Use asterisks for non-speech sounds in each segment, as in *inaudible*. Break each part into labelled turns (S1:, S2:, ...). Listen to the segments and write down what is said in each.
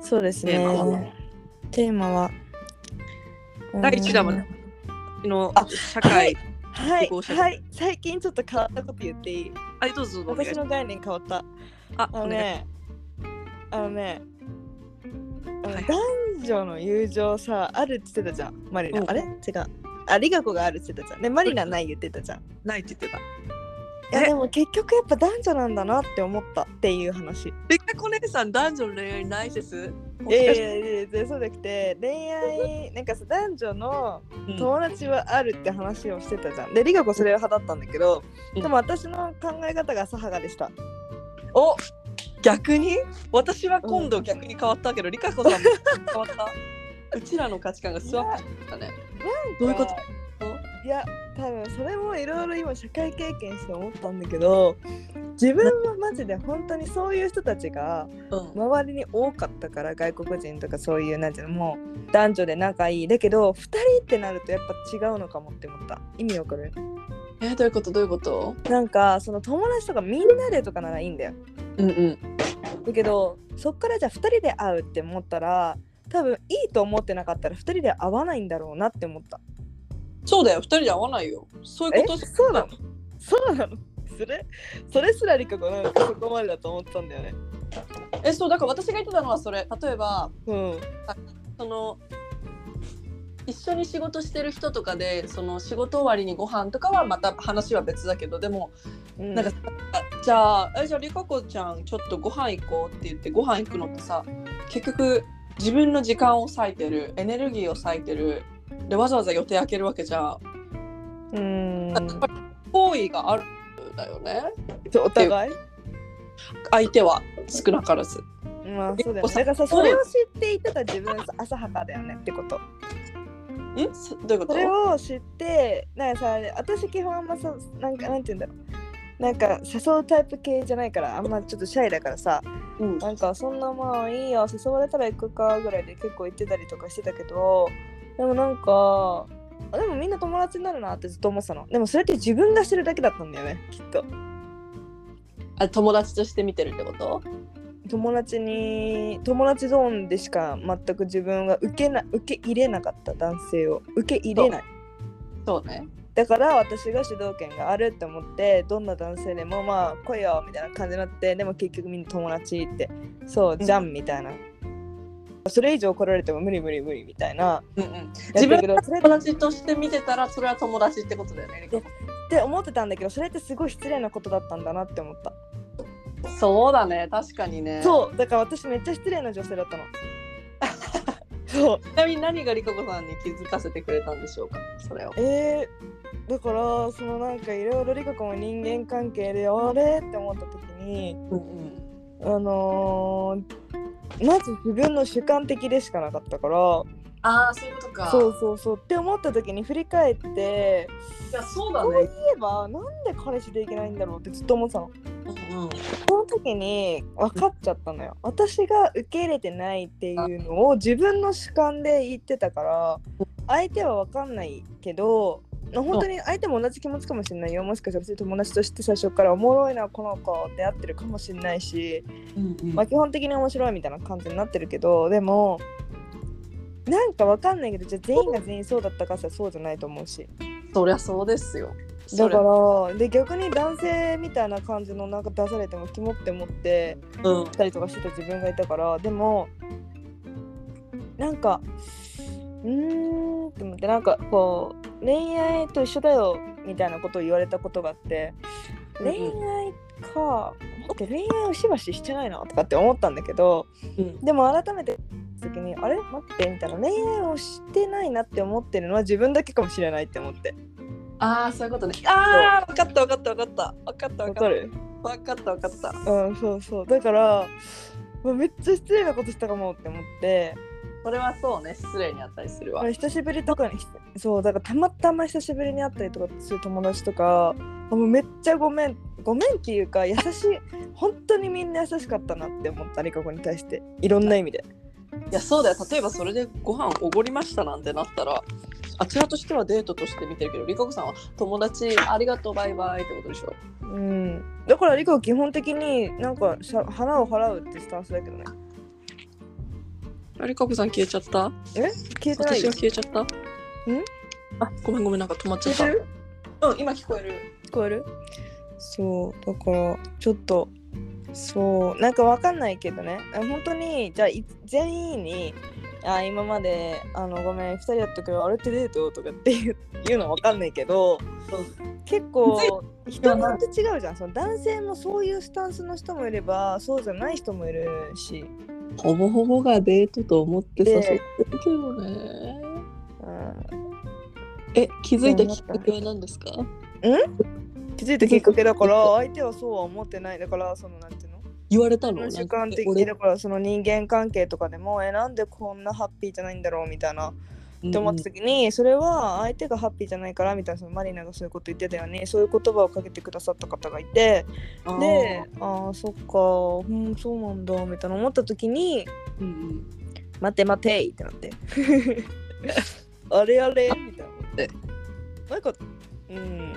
S1: そうです
S2: テーマは
S1: ね。テーマは。
S2: 第1弾は
S1: うん
S2: の
S1: あ
S2: 社会
S1: はい、
S2: 希望者
S1: はい、最近ちょっと変わったこと言っていい
S2: はいどうぞどうぞお願い
S1: 私
S2: します
S1: の概念変わった。
S2: あ
S1: あ
S2: お
S1: の
S2: 願い
S1: ね、あのね、あの
S2: はい
S1: 男女の友情さ、あるって言ってたじゃん、マリナ
S2: う。ん
S1: あれ違う。あ、リガコがあるって言ってたじゃん。ね、マリナない言ってたじゃん。い
S2: ないって言ってた
S1: や、
S2: え
S1: でも結局やっぱ男女なんだなって思ったっていう話。
S2: でっかこ姉さん男女の恋愛ない説
S1: いやいやいやいやそうじゃなくて、恋愛、なんかさ、男女の
S2: うん
S1: 友達はあるって話をしてたじゃん。で、リガコそれ派だったんだけど、
S2: うん
S1: でも私の考え方がサハガでした。
S2: お逆に私は今度逆に変わったけど、リカ子さんも変わった *laughs* うちらの価値観がスワップしたねどういうこと
S1: いや多分それもいろいろ今社会経験して思ったんだけど自分はマジで本当にそういう人たちが
S2: うん
S1: 周りに多かったから外国人とかそういうなんていうのもう男女で仲いいだけど2人ってなるとやっぱ違うのかもって思った意味わかる
S2: えどういうことどういうこと
S1: なんかその友達とかみんなでとかならいいんだよ
S2: うんうん
S1: だけどそっからじゃあ2人で会うって思ったら多分いいと思ってなかったら2人で会わないんだろうなって思った
S2: そうだよ二人で会わないよそういうこと
S1: えそうなのそうなのそれそれすらりかこなんかそこまでだと思ってたんだよね。
S2: えそうだから私が言ってたのはそれ例えば
S1: うん。
S2: その一緒に仕事してる人とかでその仕事終わりにご飯とかはまた話は別だけどでも
S1: うん、
S2: なんかあじゃあえじゃあリカ子ちゃんちょっとご飯行こうって言ってご飯行くのってさ結局自分の時間を割いてるエネルギーを割いてるでわざわざ予定開けるわけじゃん
S1: うん。
S2: 好意があるんだよね
S1: そうお互い
S2: 相手は少なからず
S1: まあそうだよ
S2: お
S1: ね。
S2: さ
S1: だからさそれを知っていたら自分さ浅はかだよねってこと。
S2: んすどういうこ
S1: そ
S2: と
S1: れを知ってなんかさ私基本あんまさなんかなんて言うんだろう。なんか誘うタイプ系じゃないからあんまちょっとシャイだからさ
S2: うん
S1: なんかそんなまあいいよ誘われたら行くかぐらいで結構行ってたりとかしてたけどでもなんかあでもみんな友達になるなってずっと思ってたのでもそれって自分がしてるだけだったんだよねきっと
S2: あ友達として見てるってこと
S1: 友達に友達ゾーンでしか全く自分が受けな受け入れなかった男性を受け入れない
S2: そうね
S1: だから私が主導権があるって思ってどんな男性でもまあ来いよみたいな感じになってでも結局みんな友達ってそうじゃんみたいな、それ以上来られても無理無理無理みたいな
S2: うんうん
S1: 自
S2: 自
S1: 分
S2: 分
S1: けどそれっ
S2: 友達として見てたらそれは友達ってことだよねリカ子
S1: て思ってたんだけどそれってすごい失礼なことだったんだなって思った、
S2: そうだね確かにね
S1: そうだから私めっちゃ失礼な女性だ *laughs* ったのそう
S2: ちなみに何がリカ子さんに気づかせてくれたんでしょうかそれを。
S1: えー、だからそのなんかいろいろ理香子も人間関係であれって思った時に
S2: うん
S1: あのー、まず自分の主観的でしかなかったから
S2: ああそういうことか
S1: そうそうそうって思った時に振り返って
S2: いやそう
S1: そういえばなんで彼氏でいけないんだろうってずっと思ってたの。
S2: うん
S1: その時に分かっちゃったのよ。私が受け入れてないっていうのを自分の主観で言ってたから相手は分かんないけどまあ本当に相手も同じ気持ちかもしれないよもしかしたら普通に友達として最初からおもろいなこの子って会ってるかもしれないし、
S2: うんうん
S1: まあ、基本的に面白いみたいな感じになってるけどでもなんか分かんないけどじゃあ全員が全員そうだったかさそうじゃないと思うし。
S2: そりゃそうですよ。
S1: だからで逆に男性みたいな感じのなんか出されてもキモって思って
S2: それうん
S1: ったりとかしてた自分がいたからでもなんかうーんって思ってなんかこう恋愛と一緒だよみたいなことを言われたことがあって
S2: うんうん
S1: 恋愛か待って恋愛をしばししてないなとかって思ったんだけど
S2: うん
S1: でも改めて時にあれ待ってみたいな恋愛をしてないなって思ってるのは自分だけかもしれないって思って
S2: ああそういうことね。ああ分かった分かった分かった分かった
S1: わ
S2: 分
S1: か
S2: かっ
S1: る
S2: た分かった分かった。
S1: うんそうそうだからうわめっちゃ失礼なことしたかもって思って
S2: それはそうね失礼にあったりするわ。
S1: まあ久しぶりとかにひそうだからたまたま久しぶりに会ったりとかする友達とかあもうめっちゃごめんごめんっていうか優しい本当にみんな優しかったなって思ったりここに対していろんな意味で
S2: いやそうだよ例えばそれでご飯おごりましたなんてなったらあちらとしてはデートとして見てるけどリカ子さんは友達ありがとうバイバイってことでしょ。
S1: うんだからリコは基本的になんかしゃ花を払うってスタンスだけどね
S2: ありかこさん消えちゃった
S1: 消えてない
S2: 私
S1: よ
S2: が消えちゃったんあごめんごめんなんか止まっちゃった
S1: 消えてる
S2: うん今聞こえる
S1: 聞こえるそうだからちょっとそうなんかわかんないけどねあ本当にじゃあい全員にあ今まであのごめん2人だったけどあれってデートとかっていう言うのわかんないけど結構人によって違うじゃんその男性もそういうスタンスの人もいればそうじゃない人もいるし
S2: ほぼほぼがデートと思って誘
S1: 誘
S2: っ
S1: ってて
S2: るけどね
S1: うん
S2: え気づいたきっかけは何ですか
S1: 気づいたきっかけだから相手はそうは思ってないだからそのなんていうの
S2: 言われたのなんか
S1: 時間的
S2: 俺
S1: だからその人間関係とかでもえなんでこんなハッピーじゃないんだろうみたいなって思った時にそれは相手がハッピーじゃないからみたいなそのマリナがそういうこと言ってたよねそういう言葉をかけてくださった方がいて
S2: うん
S1: でああそっかうんそうなんだみたいな思った時に
S2: うんうん
S1: 「待て待て」ってなって *laughs* あれあれみたいな
S2: え
S1: なんかうん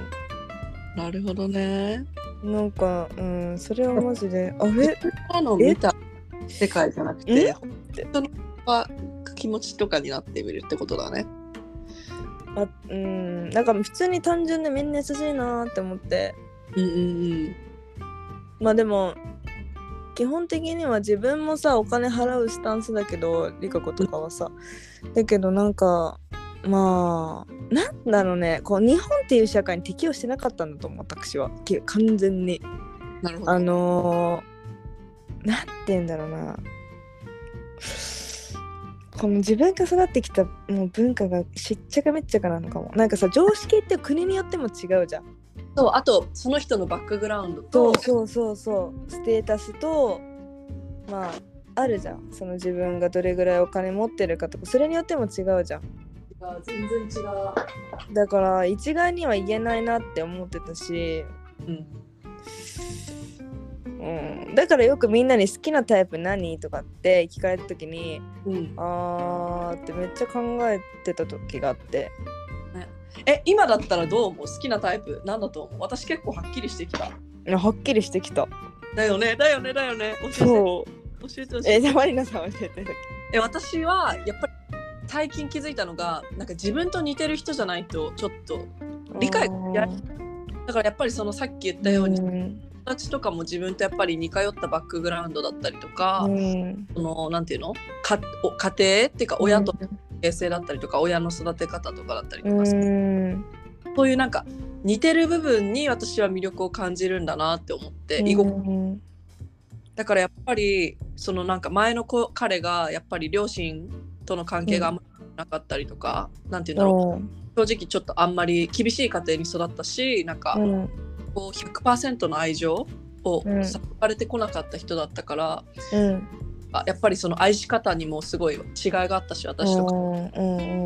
S2: なるほどね
S1: なんかうんそれはマジであれ
S2: あの見た世界じゃなくて
S1: え
S2: 人のは気持ちとかになってみるってことだね
S1: あうんなんか普通に単純でみんな優しいなーって思って
S2: うんうん
S1: まあでも基本的には自分もさお金払うスタンスだけどリカ子とかはさだけどなんかまあなんだろうねこう日本っていう社会に適応してなかったんだと思う私はき完全に
S2: うんなるほど
S1: あのー、なんて言うんだろうなこの自分が育ってきたもう文化がしっちゃかめっちゃかなのかもなんかさ常識って国によっても違うじゃん
S2: そうあとその人のバックグラウンド
S1: そ
S2: と
S1: うそうそうそうステータスとまああるじゃんその自分がどれぐらいお金持ってるかとかそれによっても違うじゃん
S2: 全然違
S1: だから一概には言えないなって思ってたし、
S2: う、うん、
S1: うん、だからよくみんなに好きなタイプ何とかって聞かれた時に
S2: うん、
S1: あーってめっちゃ考えてた時があって
S2: え今だったらどう思う好きなタイプなんだと思う私結構はっきりしてきた
S1: いやはっきりしてきた
S2: だよねだよねだよね教
S1: そう
S2: えて教えて教
S1: *laughs* え
S2: えて
S1: じゃあマリナさん教えて
S2: え私はやっぱり最近気づいたのがなんか自分と似てる人じゃないとちょっと理解やだからやっぱりそのさっき言ったように友
S1: うん
S2: 達とかも自分とやっぱり似通ったバックグラウンドだったりとか、
S1: うん
S2: そのなんていうのかお家庭っていうか親と形成だったりとか親の育て方とかだったりと
S1: う
S2: か、
S1: ん
S2: そういうなんか似てる部分に私は魅力を感じるんだなって思って、居心
S1: うん
S2: だからやっぱりそのなんか前の子彼がやっぱり両親との関係があんまりなかったりとか、なんていうんだろ
S1: うん
S2: う正直ちょっとあんまり厳しい家庭に育ったしなんか
S1: うん
S2: こう100%の愛情を
S1: うん
S2: されてこなかった人だったから、
S1: うん
S2: あやっぱりその愛し方にもすごい違いがあったし私とか
S1: うんう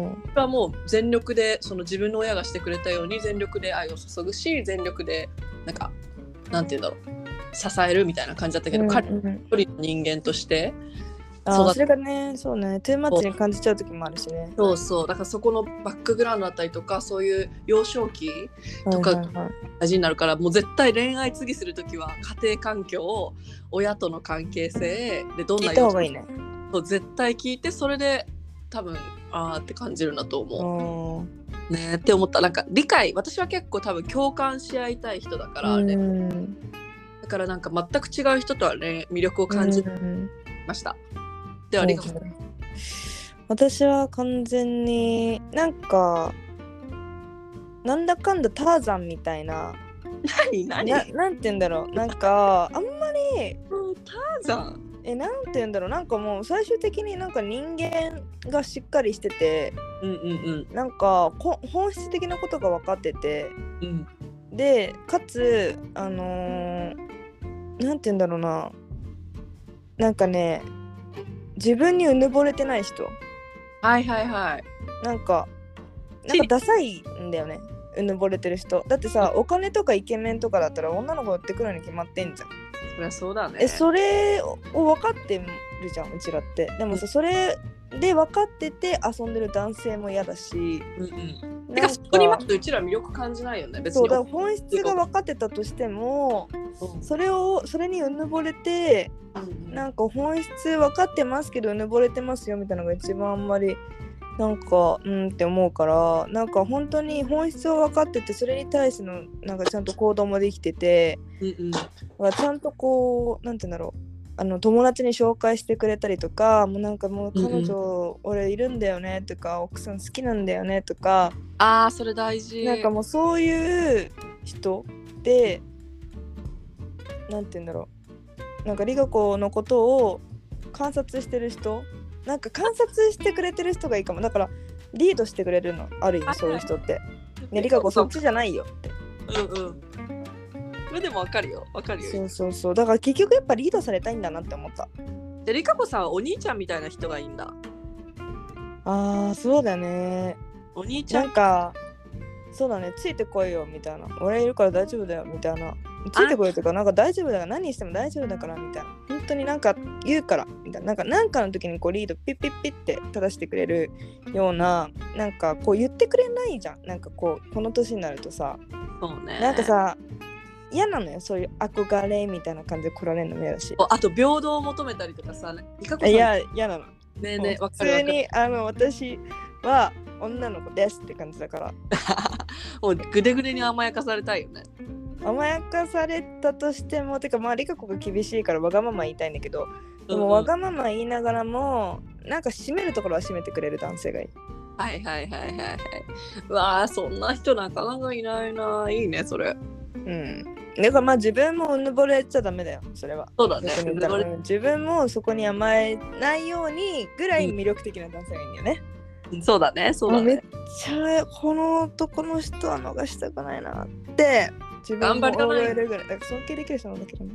S1: ん
S2: はもう全力でその自分の親がしてくれたように全力で愛を注ぐし全力でなんかなんて言うんだろう支えるみたいな感じだったけど、
S1: うん
S2: 彼
S1: うん
S2: 一人の人間として
S1: あ
S2: 育
S1: ー
S2: っ
S1: それがねそうねトゥーマッチに感じちゃう時もあるしね
S2: そうそうだからそこのバックグラウンドだったりとかそういう幼少期とか
S1: はいはいはい
S2: 大事になるからもう絶対恋愛次する時は家庭環境親との関係性でどん
S1: 聞
S2: ない
S1: た方がいいね
S2: そう絶対聞いてそれで多分あーって感じるんだと思
S1: うん
S2: う、ねって思ったなんか理解私は結構多分共感し合いたい人だから、ね
S1: うん
S2: だからなんか全く違う人とは、ね、魅力を感じ
S1: うん
S2: ました、ではありがと
S1: そううね私は完全になんかなんだかんだターザンみたいな
S2: 何何
S1: ななんて言うんだろうなんかあんまり
S2: うんターザン
S1: えなんて言うんだろうなんかもう最終的になんか人間がしっかりしてて
S2: うんうん
S1: なんかこ本質的なことが分かってて
S2: うんうん
S1: でかつあのーなんて言うんだろうななんかね自分にうぬぼれてない人
S2: はいはいはい
S1: なんかなんかダサいんだよねうぬぼれてる人だってさお金とかイケメンとかだったら女の子寄ってくるに決まってんじゃん
S2: そりゃそうだね
S1: えそれを分かってるじゃんうちらってでもさそれで分かってて遊んでる男性も嫌だし
S2: うんうん、て
S1: な
S2: か
S1: ん
S2: そこにまずうちら魅力感じないよね別に
S1: そうだから本質が分かってたとしても
S2: そう
S1: それをそれにうぬぼれて
S2: うんうん
S1: なんか本質分かってますけどうぬぼれてますよみたいなのが一番あんまりなんかうんって思うからなんか本当に本質を分かっててそれに対してのなんかちゃんと行動もできてて
S2: うん
S1: だからちゃんとこうなんて言うんだろうあの友達に紹介してくれたりとかもうなんかもう彼女、俺いるんだよねとか奥さん好きなんだよねとか
S2: ああそれ大事
S1: なんかもうそういう人でなんて言うんだろうなんかリガ子のことを観察してる人なんか観察してくれてる人がいいかもだからリードしてくれるのある意
S2: は
S1: 味
S2: い
S1: そういう人って。ね、リカ子そっちじゃないよって
S2: うんうんそれでもわかるよわかる
S1: そ
S2: よ
S1: うそうそうだから結局やっぱリードされたいんだなって思った
S2: でりかこさんはお兄ちゃんみたいな人がいいんだ
S1: あーそうだね
S2: お兄ちゃ
S1: なんんかそうだねついてこいよみたいな俺いるから大丈夫だよみたいなついてこいというかなんか大丈夫だから何しても大丈夫だからみたいな本当になんか言うからみたいななんかなんかの時にこうリードピッピッピッって正してくれるようななんかこう言ってくれないじゃんなんかこうこの年になるとさ
S2: そうね
S1: なんかさ嫌なのよそういう憧れみたいな感じで来られるのも嫌だし
S2: おあと平等を求めたりとかさりかこさん
S1: い
S2: ね
S1: や嫌なの
S2: えねえ
S1: もう
S2: わ
S1: 普
S2: かるわ
S1: 通
S2: かる
S1: にあの私は女の子ですって感じだから
S2: もうぐでぐでに甘やかされたいよね
S1: 甘やかされたとしてもてかまあ理香子が厳しいからわがまま言いたいんだけど
S2: う
S1: で
S2: んう
S1: も
S2: ん
S1: わがまま言いながらもなんか締めるところは締めてくれる男性がいい
S2: はいはいはいはいはいうわあそんな人なかなかいないないいねそれ
S1: うんだからまあ自分もうぬぼれちゃダメだよそれは
S2: そうだね
S1: 逆に言ったらうん自分もそこに甘えないようにぐらい魅力的な男性がいいんだよね、
S2: そうだねそう
S1: も
S2: だ
S1: うめっ
S2: ね
S1: ちゃこの男の人は逃したくないなって自
S2: 頑
S1: 分
S2: 張
S1: も
S2: りたない
S1: 思えるぐらいだから尊敬できる人なんだけどね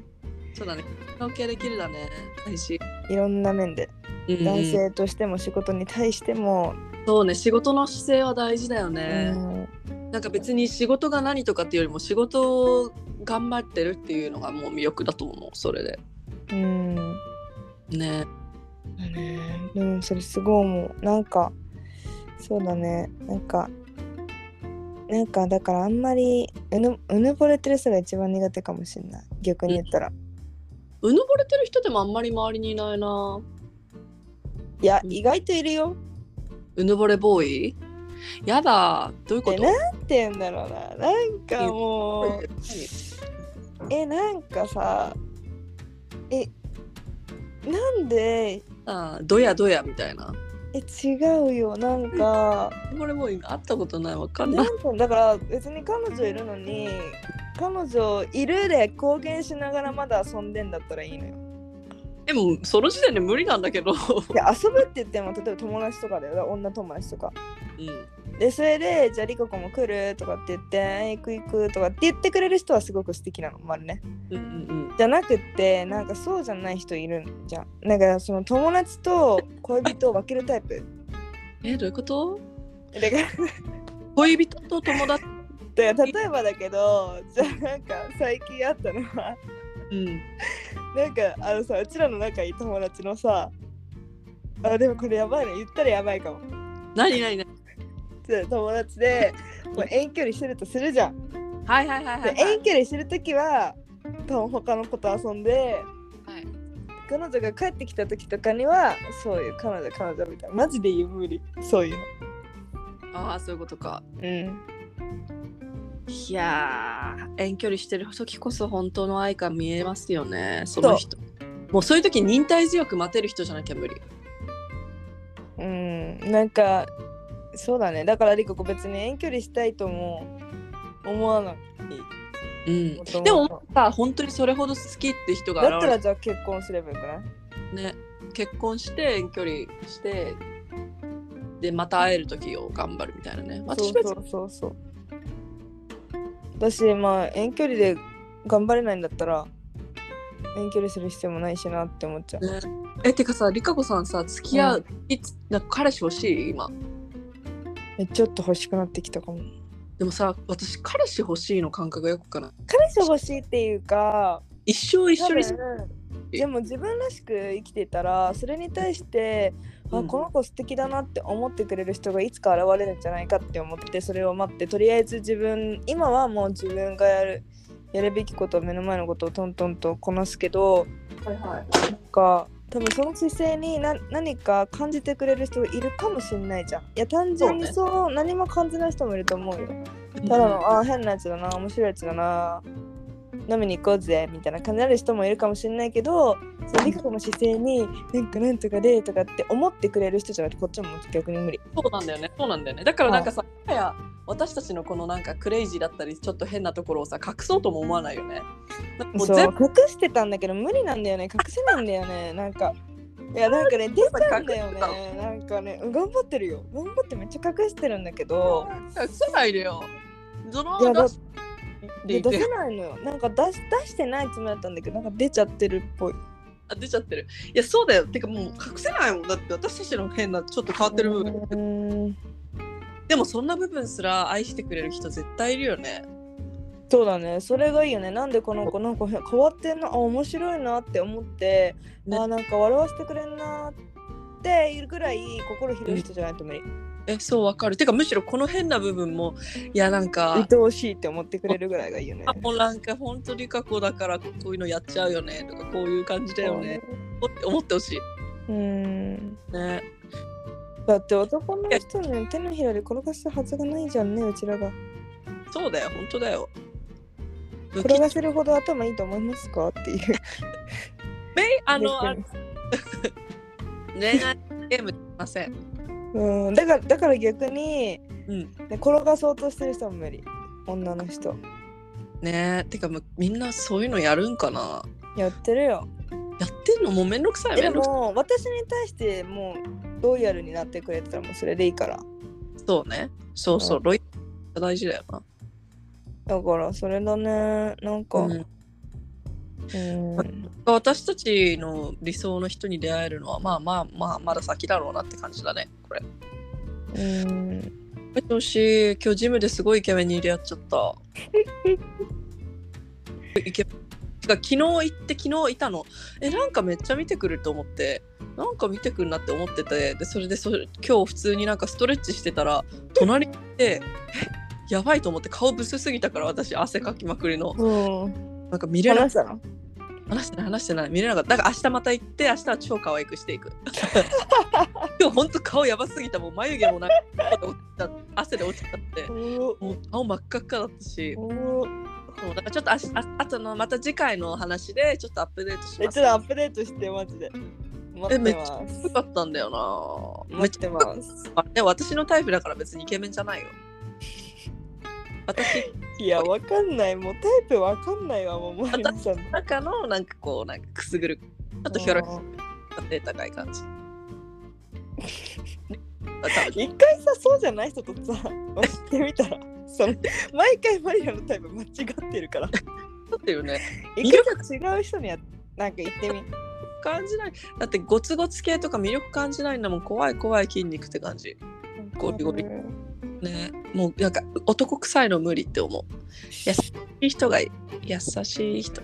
S2: そうだねカラオケできるだね大事
S1: いろんな面で
S2: うん
S1: 男性としても仕事に対しても、
S2: そうね仕事の姿勢は大事だよ
S1: う
S2: ね、
S1: ん、
S2: なんか別に仕事が何とかっていうよりも仕事を頑張ってるっていうのがもう魅力だと思うそれで
S1: うん。
S2: ね
S1: だね。でもそれすごい思う。なんか、そうだね。なんか、なんかだからあんまりうぬうぬぼれてる人が一番苦手かもしれない。逆に言ったら。
S2: うぬぼれてる人でもあんまり周りにいないない
S1: や、
S2: うん
S1: 意外といるよ。
S2: うぬぼれボーイやだどういうこ
S1: で、
S2: と
S1: なんて言うんだろうな。なんかもう、え、なんかさ、え、なんで、
S2: あーどやどやみたいな
S1: え、違うよ。なんか、
S2: うぬぼれボーイ会ったことないわかんない
S1: なんかだから別に彼女いるのに彼女いるで公言しながらまだ遊んでんだったらいいのよ。
S2: でもその時点で無理なんだけ
S1: *laughs*
S2: ど、
S1: いや遊ぶって言っても例えば友達とかだよだから女友達とか。
S2: うん、
S1: でそれでじゃあリコ子も来るとかって言ってえ行く行くとかって言ってくれる人はすごく素敵なのもあるね。
S2: うんうん
S1: じゃなくってなんかそうじゃない人いるんじゃん。なんかその友達と恋人を分けるタイプ。
S2: えどういうこと
S1: だから
S2: 恋人と友達、
S1: だから例えばだけどじゃあなんか最近あったのは
S2: うん、
S1: なんかあのさうちらの仲いい友達のさあでもこれやばいね言ったらやばいかも
S2: 何何何
S1: つ友達でもう遠距離してるとするじゃん
S2: はいはいはいは
S1: で
S2: い、はい
S1: 遠距離してる時は多分他の子と遊んで
S2: はい
S1: 彼女が帰ってきた時とかにはそういう彼女彼女みたいなマジで言う無理そういうの
S2: ああそういうことか
S1: うん
S2: いやー遠距離してる時こそ本当の愛が見えますよねその人もうそういう時忍耐強く待てる人じゃなきゃ無理
S1: うんなんかそうだねだからリコ子別に遠距離したいとも思わない
S2: うん
S1: と
S2: でもさ本当にそれほど好きって人
S1: だ
S2: が
S1: った
S2: 現れ
S1: らじゃあ結婚すればよくない
S2: てね結婚して遠距離してでまた会える時を頑張るみたいなね
S1: そう
S2: 私は
S1: そうそうそう。だし、まあ、遠距離で頑張れないんだったら、遠距離する必要もないしなって思っちゃう。
S2: ねえてかさりかこさんさ付き合う、いつなんか彼氏欲しい今
S1: えちょっと欲しくなってきたかも。
S2: でもさ私彼氏欲しいの感覚がよくわからない
S1: 彼氏欲しいっていうか、
S2: 一生一緒に
S1: 多分でも自分らしく生きてたら、それに対して、
S2: うん
S1: あこの子素敵だなって思ってくれる人がいつか現れるんじゃないかって思って、それを待って、とりあえず自分、今はもう自分がやる。やるべきこと目の前のことをトントンとこなすけど
S2: はいはい
S1: なんか多分その姿勢にな何か感じてくれる人いるかもしんないじゃんいや単純に
S2: そ
S1: そう何も感じない人もいると思うよただの、あー変なやつだな面白いやつだな飲みに行こうぜみたいな感じになる人もいるかもしれないけどその理科の姿勢になんかなんとかでとかって思ってくれる人じゃなくてこっちも逆に無理
S2: そうなんだよねそうなんだよねだからなんかさ、今や私たちのこのなんかクレイジーだったりちょっと変なところをさ隠そうとも思わないよねなんかもう
S1: そう
S2: 全
S1: 隠
S2: 部
S1: してたんだけど無理なんだよね隠せないんだよねなんかい
S2: *laughs*
S1: やなんかね出ちゃうんだよねなんかねうん頑張ってるよ頑張ってめっちゃ隠してるんだけど
S2: 隠さないでよその
S1: いやだ
S2: 出し
S1: いや出せないのよなんか出し出してないつもりだったんだけどなんか出ちゃってるっぽい
S2: あ出ちゃってるいやそうだよてかもう隠せないもんだって私たちの変なちょっと変わってる部分、
S1: うん
S2: でもそんな部分すら愛してくれる人絶対いるよね
S1: そうだねそれがいいよねなんでこの子なんか変変わってんなあ面白いなって思って、
S2: ね
S1: あなんか笑わせてくれんなっていうぐらい心広い人じゃないと無理
S2: えそうわかるてかむしろこの変な部分もいやなんか
S1: 愛おしいって思ってくれるぐらいがいいよね
S2: あもうなんか本当に過去だからこういうのやっちゃうよねとかこういう感じだよねって思ってほし
S1: うん
S2: いね
S1: だって男の人ね手のひらで転がすはずがないじゃんねうちらが
S2: そうだよ本当だよ不
S1: 転
S2: 吉
S1: がせるほど頭いいと思いますかっていう
S2: めいあのあ
S1: です
S2: 恋愛ゲームしません
S1: うんだからだから逆に、
S2: うん
S1: ね、転がそうとしてる人も無理女の人
S2: ねてかもうみんなそういうのやるんかな
S1: やってるよ
S2: やってんのもうめんどくさい
S1: で
S2: めんどくさ
S1: も私に対してもうロイヤルになってくれてたらもうそれでいいから
S2: いそうねそうそううロイヤル大事だよな
S1: だからそれだねなんか
S2: う
S1: うんん、
S2: 私たちの理想の人に出会えるのはまあまあまあまだ先だろうなって感じだねこれ
S1: うん、
S2: めっちゃ惜しい今日ジムですごいイケメンに出会っちゃったイケメンてか昨日行って昨日いたのえなんかめっちゃ見てくると思ってなんか見てくるなって思っててでそれでそれ今日普通になんかストレッチしてたら隣にいてえやばいと思って顔ブスすぎたから私汗かきまくりの
S1: うん、
S2: なんか見れな
S1: 話したの
S2: 話してない話してない見れなかっただから明日また行って明日は超可愛くしていく今日ほんと顔やばすぎたもう眉毛もなんか落ちちゃっ汗で落ちちゃってもう顔真っ赤っかだったし
S1: おお
S2: そうだからちょっとあしああとのまた次回の話でちょっとアップデートし
S1: えちょ
S2: ま
S1: っ
S2: す
S1: とアップデートしてマジで待ってます
S2: よかったんだよなめ
S1: 待
S2: っ
S1: っ
S2: ち
S1: てます
S2: ゃね私のタイプだから別にイケメンじゃないよ私
S1: いやわかんないもうタイプわかんないわもうマリナさんの
S2: の中のなんかこうなんかくすぐるちょっとひょろひょろって高い感じ
S1: 一回さそうじゃない人とさ知ってみたらその毎回マリナのタイプ間違ってるから
S2: だってよね
S1: 一回さ違う人にやなんか言ってみ
S2: 感じないだってゴツゴツ系とか魅力感じないんだもん怖い怖い筋肉って感じゴリゴリねもうなんか男臭いの無理って思う優しい人がいい優しい人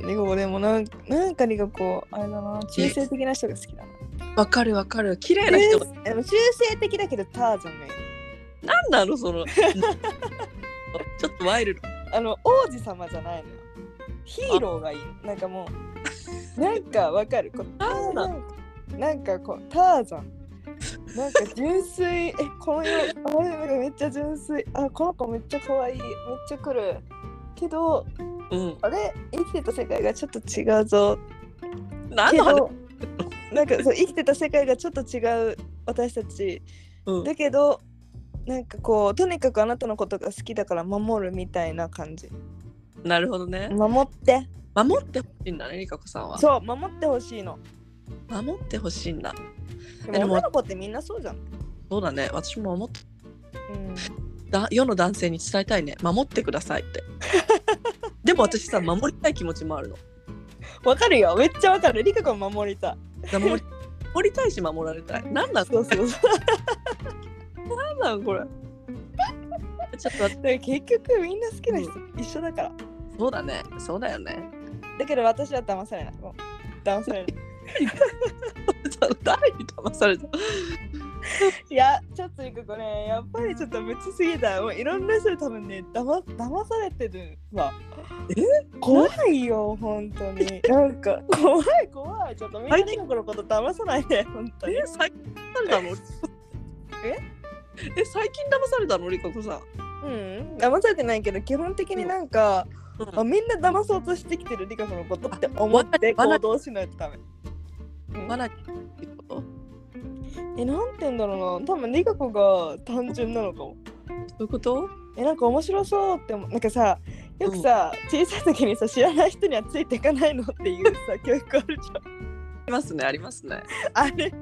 S1: うんリコでもなんなんかリコこうあれだな中性的な人が好きだな
S2: わかるわかる綺麗な人が
S1: えでも中性的だけどターザンがいい
S2: 何なのそ *laughs* のちょっとワイルド
S1: あの王子様じゃないのよヒーローがいいのなんかも *laughs* うなんかわかるこうターザンなんかこうターザンなんか純粋 *laughs* えこの色あれなんかめっちゃ純粋あこの子めっちゃ可愛いめっちゃ来るけど
S2: うん
S1: あれ生きてた世界がちょっと違うぞ
S2: 何
S1: け
S2: の話
S1: どなんかそう生きてた世界がちょっと違う私たち
S2: うん
S1: だけどなんかこうとにかくあなたのことが好きだから守るみたいな感じ
S2: なるほどね
S1: 守って
S2: 守ってほしいんだねりかこさんは
S1: そう守ってほしいの
S2: 守ってほしいんだ
S1: で
S2: で
S1: も
S2: も
S1: 女の子ってみんなそうじゃん、
S2: そうだね私も守って
S1: うん、
S2: だ世の男性に伝えたいね守ってくださいって *laughs* でも私さ守りたい気持ちもあるの
S1: わかるよめっちゃわかるリカ子守りたい
S2: 守り守りたいし守られたい。なんなん
S1: そうそうそう
S2: なんなんこれ。 *laughs* ちょっと待って
S1: で結局みんな好きな人一緒だから
S2: そうだね。そうだよね。 *laughs*
S1: だけど私は騙されないもう騙されない
S2: 誰に騙された。
S1: *laughs* いやちょっとリコこれやっぱりちょっと無知すぎたもういろんな人に多分ねだま騙されてるわ
S2: 怖い
S1: 怖いよ本当になんか怖い怖いちょっとみんなリココのこと騙さないで本当に
S2: え最近騙されたの
S1: え
S2: え最近騙されたのりかこさん、
S1: うん騙されてないけど基本的になんか
S2: うん
S1: あみんな騙そうとしてきてるリカコのことって思って
S2: あわか
S1: 行
S2: る
S1: 動しないとダメ
S2: わなっていうこと
S1: えなんて言うんだろうな多分リカコが単純なのかも
S2: そういうこと
S1: えなんか面白そうって思うなんかさよくさ、小さい時にさ知らない人にはついていかないのっていう
S2: *laughs*
S1: さ教育あるじ
S2: ありますねありますね
S1: ゃんあれ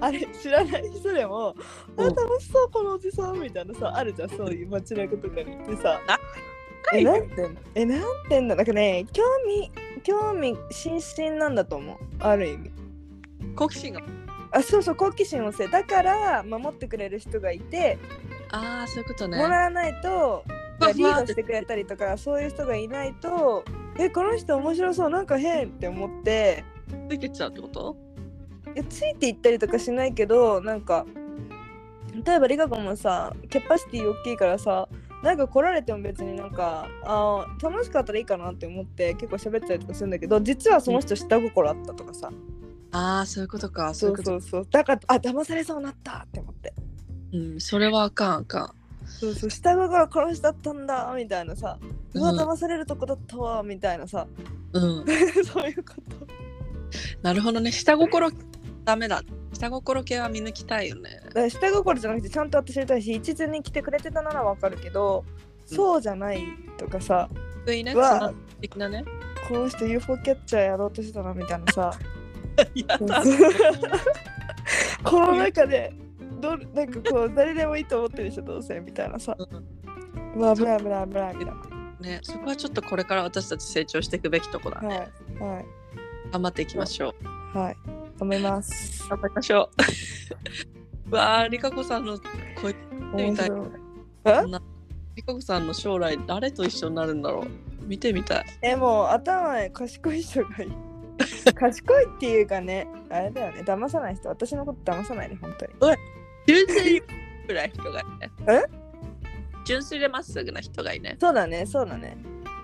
S1: あれ知らない人でも「あ
S2: うん
S1: 楽しそうこのおじさん」みたいなさあるじゃんそういう街中とかに行ってさ
S2: な
S1: えなんてんえなんてんだなんかね興味興味津々なんだと思うある意味
S2: 好奇心が
S1: あそうそう好奇心旺盛だから守ってくれる人がいて
S2: ああそういうことね
S1: もらわないと
S2: ふわ
S1: リ
S2: ふわ
S1: ードしてくれたりとかそういう人がいないとえこの人面白そうなんか変って思って
S2: ついてっちゃうってこと
S1: いやついていったりとかしないけどなんか例えばリカ子もさキャパシティ大きいからさなんか来られても別になんかあー楽しかったらいいかなって思って結構喋ったりとかするんだけど実はその人下心あったとかさ、
S2: ああそういうことかそうい
S1: そ
S2: う
S1: う
S2: こと
S1: そうそうだからあ騙されそうになったって思って
S2: うんそれはあかんあかん
S1: そうそう下心この人だったんだみたいなさうわ
S2: うん
S1: 騙されるとこだったわみたいなさ、 *laughs*
S2: うん
S1: そういうこと。
S2: なるほどね下心ダメだ下心系は見抜きたいよね
S1: だから下心じゃなくてちゃんと私に対して一途に来てくれてたならわかるけど、
S2: うん
S1: そうじゃないとかさ
S2: 得意ね
S1: うわ
S2: その的な
S1: *laughs*
S2: ね
S1: この人 UFO キャッチャーやろうとしてたなみたいなさ
S2: いや
S1: この中でどうなんかこう誰でもいいと思ってる人どうせみたいなさうわ危ない危ない危ないみたい
S2: ねそこはちょっとこれから私たち成長していくべきとこだ
S1: なは
S2: ね、
S1: いは
S2: 頑張っていきましょう
S1: いはい思います
S2: 頑張りましょう *laughs* うわありかこさんの恋て
S1: 面
S2: みたい
S1: 白い
S2: りかこさんの将来誰と一緒になるんだろう見てみたい
S1: えもう頭賢い人がいい
S2: *laughs*
S1: 賢いっていうかねあれだよね騙さない人私のこと騙さないで本当に
S2: 純粋ぐらい人がいいね
S1: *laughs* え
S2: 純粋でまっすぐな人がいいね
S1: そうだね、そうだね。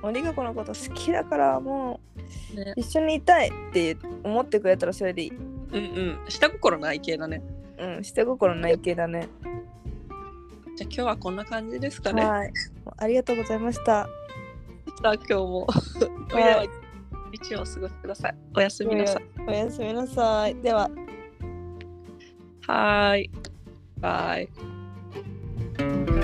S1: もうリカ子のこと好きだからも
S2: ね
S1: う一緒にいたいって思ってくれたらそれでいい。
S2: うんうん下心ない系だね
S1: うん、下心ない系だね。
S2: じゃあ今日はこんな感じですかね
S1: はい。ありがとうございました。
S2: さあ今日も *laughs* では一日をお過ごしくださいおやすみなさい
S1: おやすみなさい。では。
S2: はーいバイ